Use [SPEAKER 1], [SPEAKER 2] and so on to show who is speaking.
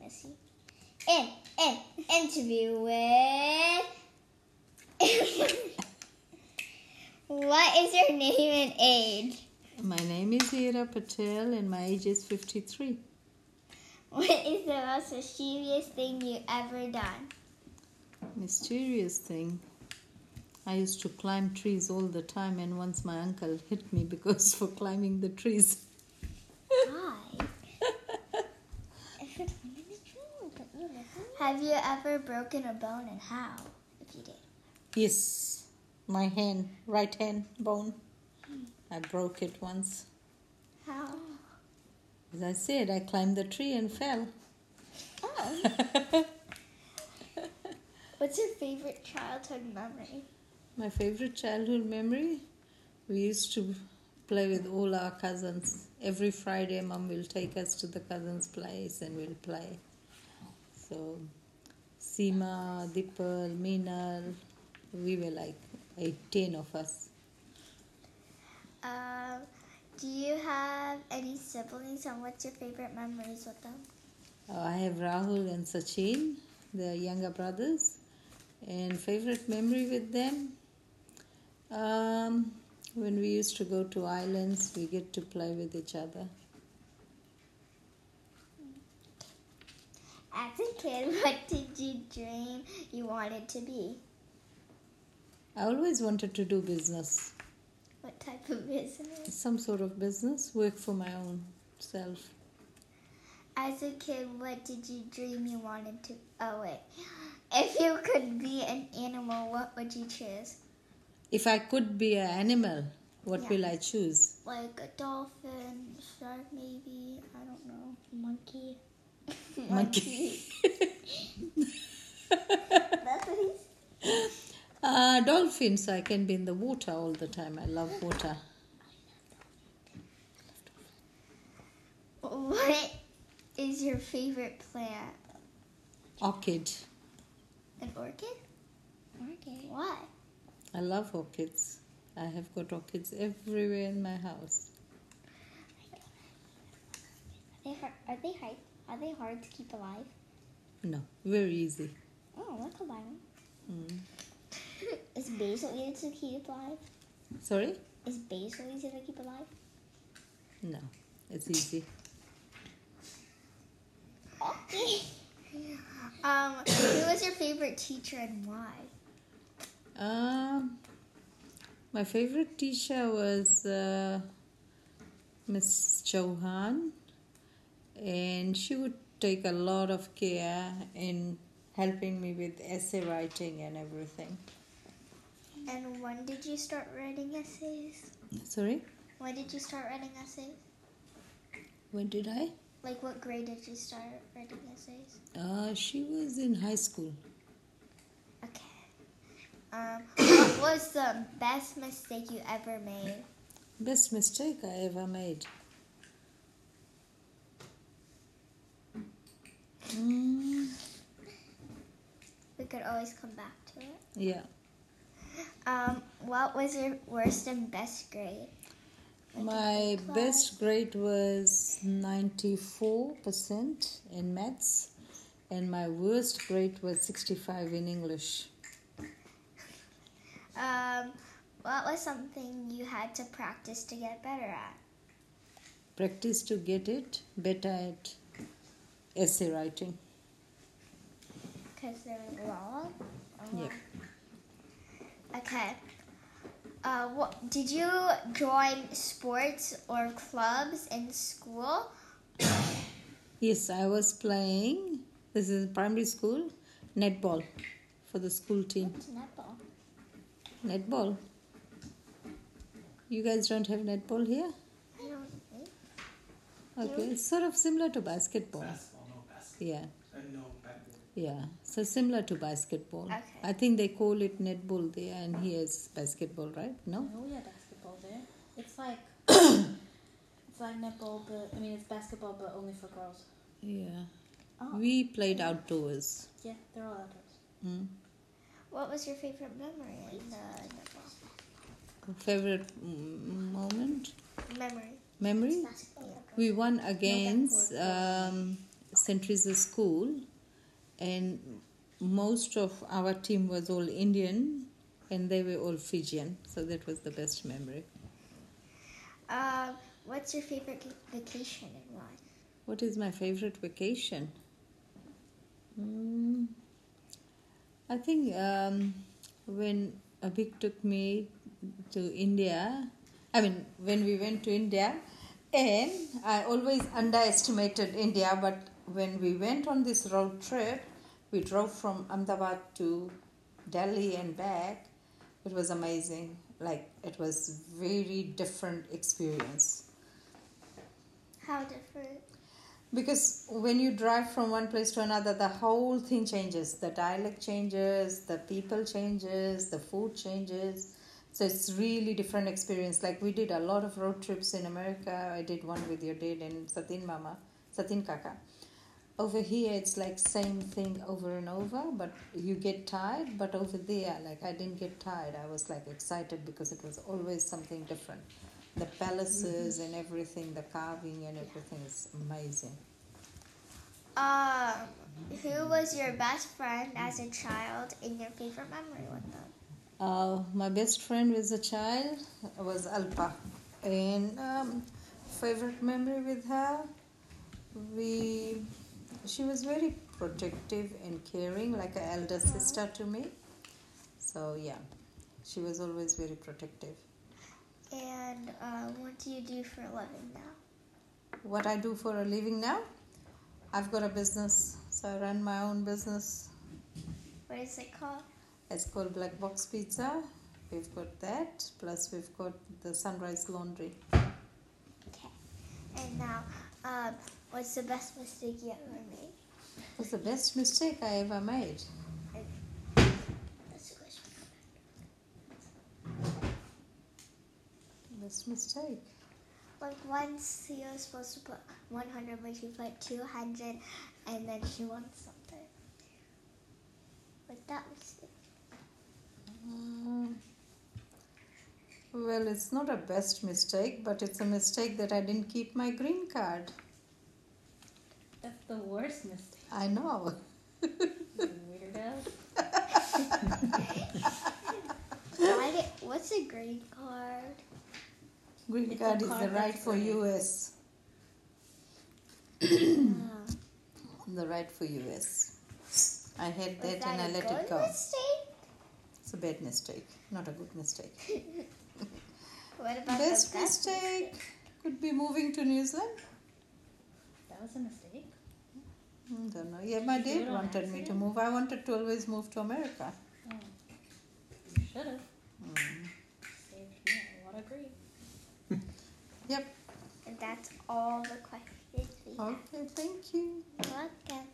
[SPEAKER 1] pussy. And and interview with. what is your name and age?
[SPEAKER 2] My name is Hira Patel and my age is 53.
[SPEAKER 1] What is the most mischievous thing you ever done?
[SPEAKER 2] Mysterious thing. I used to climb trees all the time and once my uncle hit me because for climbing the trees.
[SPEAKER 1] Hi. Have you ever broken a bone and how? If you did.
[SPEAKER 2] Yes, my hand, right hand bone. I broke it once.
[SPEAKER 1] How?
[SPEAKER 2] As I said, I climbed the tree and fell.
[SPEAKER 1] Oh. What's your favorite childhood memory?
[SPEAKER 2] My favorite childhood memory we used to play with all our cousins. Every Friday, mum will take us to the cousins' place and we'll play. So, Seema, Dipal, Meenal, we were like eight, ten of us.
[SPEAKER 1] Um, do you have any siblings and what's your favorite memories with them?
[SPEAKER 2] Uh, I have Rahul and Sachin, the younger brothers, and favorite memory with them. Um, when we used to go to islands, we get to play with each other.
[SPEAKER 1] As a kid, what did you dream you wanted to be?
[SPEAKER 2] I always wanted to do business,
[SPEAKER 1] What type of business?
[SPEAKER 2] some sort of business, work for my own self.
[SPEAKER 1] As a kid, what did you dream you wanted to? Oh wait, if you could be an animal, what would you choose?
[SPEAKER 2] If I could be an animal, what
[SPEAKER 1] Yeah.
[SPEAKER 2] will I choose?
[SPEAKER 1] Like a dolphin, shark, maybe? I don't know. Monkey.
[SPEAKER 2] Monkey.
[SPEAKER 1] That's what he said.
[SPEAKER 2] Uh, dolphin, so I can be in the water all the time. I love water.
[SPEAKER 1] What is your favorite plant?
[SPEAKER 2] Orchid.
[SPEAKER 1] An orchid? Orchid. Why?
[SPEAKER 2] I love orchids. I have got orchids everywhere in my house.
[SPEAKER 1] They har- are they hard? Are they hard to keep alive?
[SPEAKER 2] No, very easy.
[SPEAKER 1] Oh, that's a one. Hmm.
[SPEAKER 2] Mm.
[SPEAKER 1] Is basil easy to keep alive?
[SPEAKER 2] Sorry?
[SPEAKER 1] Is basil easy to keep alive?
[SPEAKER 2] No, it's easy.
[SPEAKER 1] um, who was your favorite teacher and why?
[SPEAKER 2] Um, my favorite teacher was uh, Miss Chauhan, and she would take a lot of care in helping me with essay writing and everything.
[SPEAKER 1] And when did you start writing essays?
[SPEAKER 2] Sorry?
[SPEAKER 1] When did you start writing essays?
[SPEAKER 2] When did I?
[SPEAKER 1] Like, what grade did you start writing essays?
[SPEAKER 2] Uh, she was in high school.
[SPEAKER 1] Okay. Um, what was the best mistake you ever made?
[SPEAKER 2] Best mistake I ever made. Mm,
[SPEAKER 1] We could always come back to it.
[SPEAKER 2] yeah.
[SPEAKER 1] Um, what was your worst and best grade?
[SPEAKER 2] My best grade was 94% in maths, and my worst grade was 65 in English.
[SPEAKER 1] Um, what was something you had to practice to get better at?
[SPEAKER 2] Practice to get it better at essay writing.
[SPEAKER 1] Because they're long.
[SPEAKER 2] Yeah.
[SPEAKER 1] Okay. Uh, what, did you join sports or clubs in school?
[SPEAKER 2] Yes, I was playing, this is primary school, netball for the school team.
[SPEAKER 1] Netball.
[SPEAKER 2] Netball. You guys don't have netball here?
[SPEAKER 1] I don't think.
[SPEAKER 2] Okay, it's sort of similar to basketball.
[SPEAKER 3] Basketball, no basketball.
[SPEAKER 2] Yeah.
[SPEAKER 3] And no backboard.
[SPEAKER 2] Yeah, so similar to basketball.
[SPEAKER 1] Okay.
[SPEAKER 2] I think they call it netball there, and here's basketball, right? No,
[SPEAKER 4] No, we had Oh, basketball there. It's like it's like netball, but I mean it's basketball, but only for girls.
[SPEAKER 2] yeah.
[SPEAKER 4] Oh.
[SPEAKER 2] We played outdoors.
[SPEAKER 4] Yeah, they're all outdoors.
[SPEAKER 2] Mm.
[SPEAKER 1] What was your favorite memory in the netball?
[SPEAKER 2] Favorite mm, moment,
[SPEAKER 1] Memory.
[SPEAKER 2] memory.
[SPEAKER 1] Basketball.
[SPEAKER 2] We won against um, St. Teresa's School, and most of our team was all Indian, and they were all Fijian. So that was the best memory.
[SPEAKER 1] Um, what's your favorite ca- vacation and why?
[SPEAKER 2] What is my favorite vacation? Mm, I think um, when Abhik took me to India, I mean, when we went to India, and I always underestimated India, but when we went on this road trip, we drove from Ahmedabad to Delhi and back. It was amazing. Like, it was very different experience.
[SPEAKER 1] How different?
[SPEAKER 2] Because when you drive from one place to another, the whole thing changes. The dialect changes, the people changes, the food changes. So it's really different experience. Like we did a lot of road trips in America. I did one with your dad and Satin Mama, Satin Kaka. Over here, it's like same thing over and over, but you get tired. But over there, like I didn't get tired. I was like excited because it was always something different. The palaces and everything, the carving and everything is amazing.
[SPEAKER 1] Um, who was your best friend as a child and your favorite memory with them?
[SPEAKER 2] Uh, my best friend was a child was Alpa, and um, favorite memory with her, we, she was very protective and caring, like an elder sister to me. So yeah, she was always very protective.
[SPEAKER 1] And uh, what do you do for a living now?
[SPEAKER 2] What I do for a living now, I've got a business, so I run my own business.
[SPEAKER 1] What is it called?
[SPEAKER 2] It's called Black Box Pizza. We've got that, plus we've got the Sunrise Laundry.
[SPEAKER 1] Okay. And now, um, what's the best mistake you ever made?
[SPEAKER 2] What's the best mistake I ever made?
[SPEAKER 1] That's a question.
[SPEAKER 2] Best mistake.
[SPEAKER 1] Like once he was supposed to put 100, but she put 200, and then she won something. Like that mistake.
[SPEAKER 2] Mm. Well, it's not a best mistake, but it's a mistake that I didn't keep my green card.
[SPEAKER 4] That's the worst mistake.
[SPEAKER 2] I know.
[SPEAKER 4] you Weirdo.
[SPEAKER 1] Why did, what's a green card?
[SPEAKER 2] Green
[SPEAKER 4] It's a
[SPEAKER 2] card is the
[SPEAKER 4] card
[SPEAKER 2] right
[SPEAKER 4] that's
[SPEAKER 2] for
[SPEAKER 4] right.
[SPEAKER 2] US.
[SPEAKER 1] Uh,
[SPEAKER 2] The right for US. I had
[SPEAKER 1] was
[SPEAKER 2] that, and
[SPEAKER 1] a
[SPEAKER 2] I let
[SPEAKER 1] good
[SPEAKER 2] it go.
[SPEAKER 1] mistake?
[SPEAKER 2] It's a bad mistake, not a good mistake.
[SPEAKER 1] What about
[SPEAKER 2] best
[SPEAKER 1] the best
[SPEAKER 2] mistake could be moving to New Zealand.
[SPEAKER 4] That was a mistake.
[SPEAKER 2] I don't know. Yeah, my
[SPEAKER 4] Did you do
[SPEAKER 2] dad
[SPEAKER 4] it on
[SPEAKER 2] wanted me to
[SPEAKER 4] accident?
[SPEAKER 2] move. I wanted to always move to America.
[SPEAKER 4] Oh. You should have
[SPEAKER 2] Mm.
[SPEAKER 4] saved me a lot of grief.
[SPEAKER 2] Yep.
[SPEAKER 1] And that's all the questions we have.
[SPEAKER 2] Okay, thank you.
[SPEAKER 1] Welcome.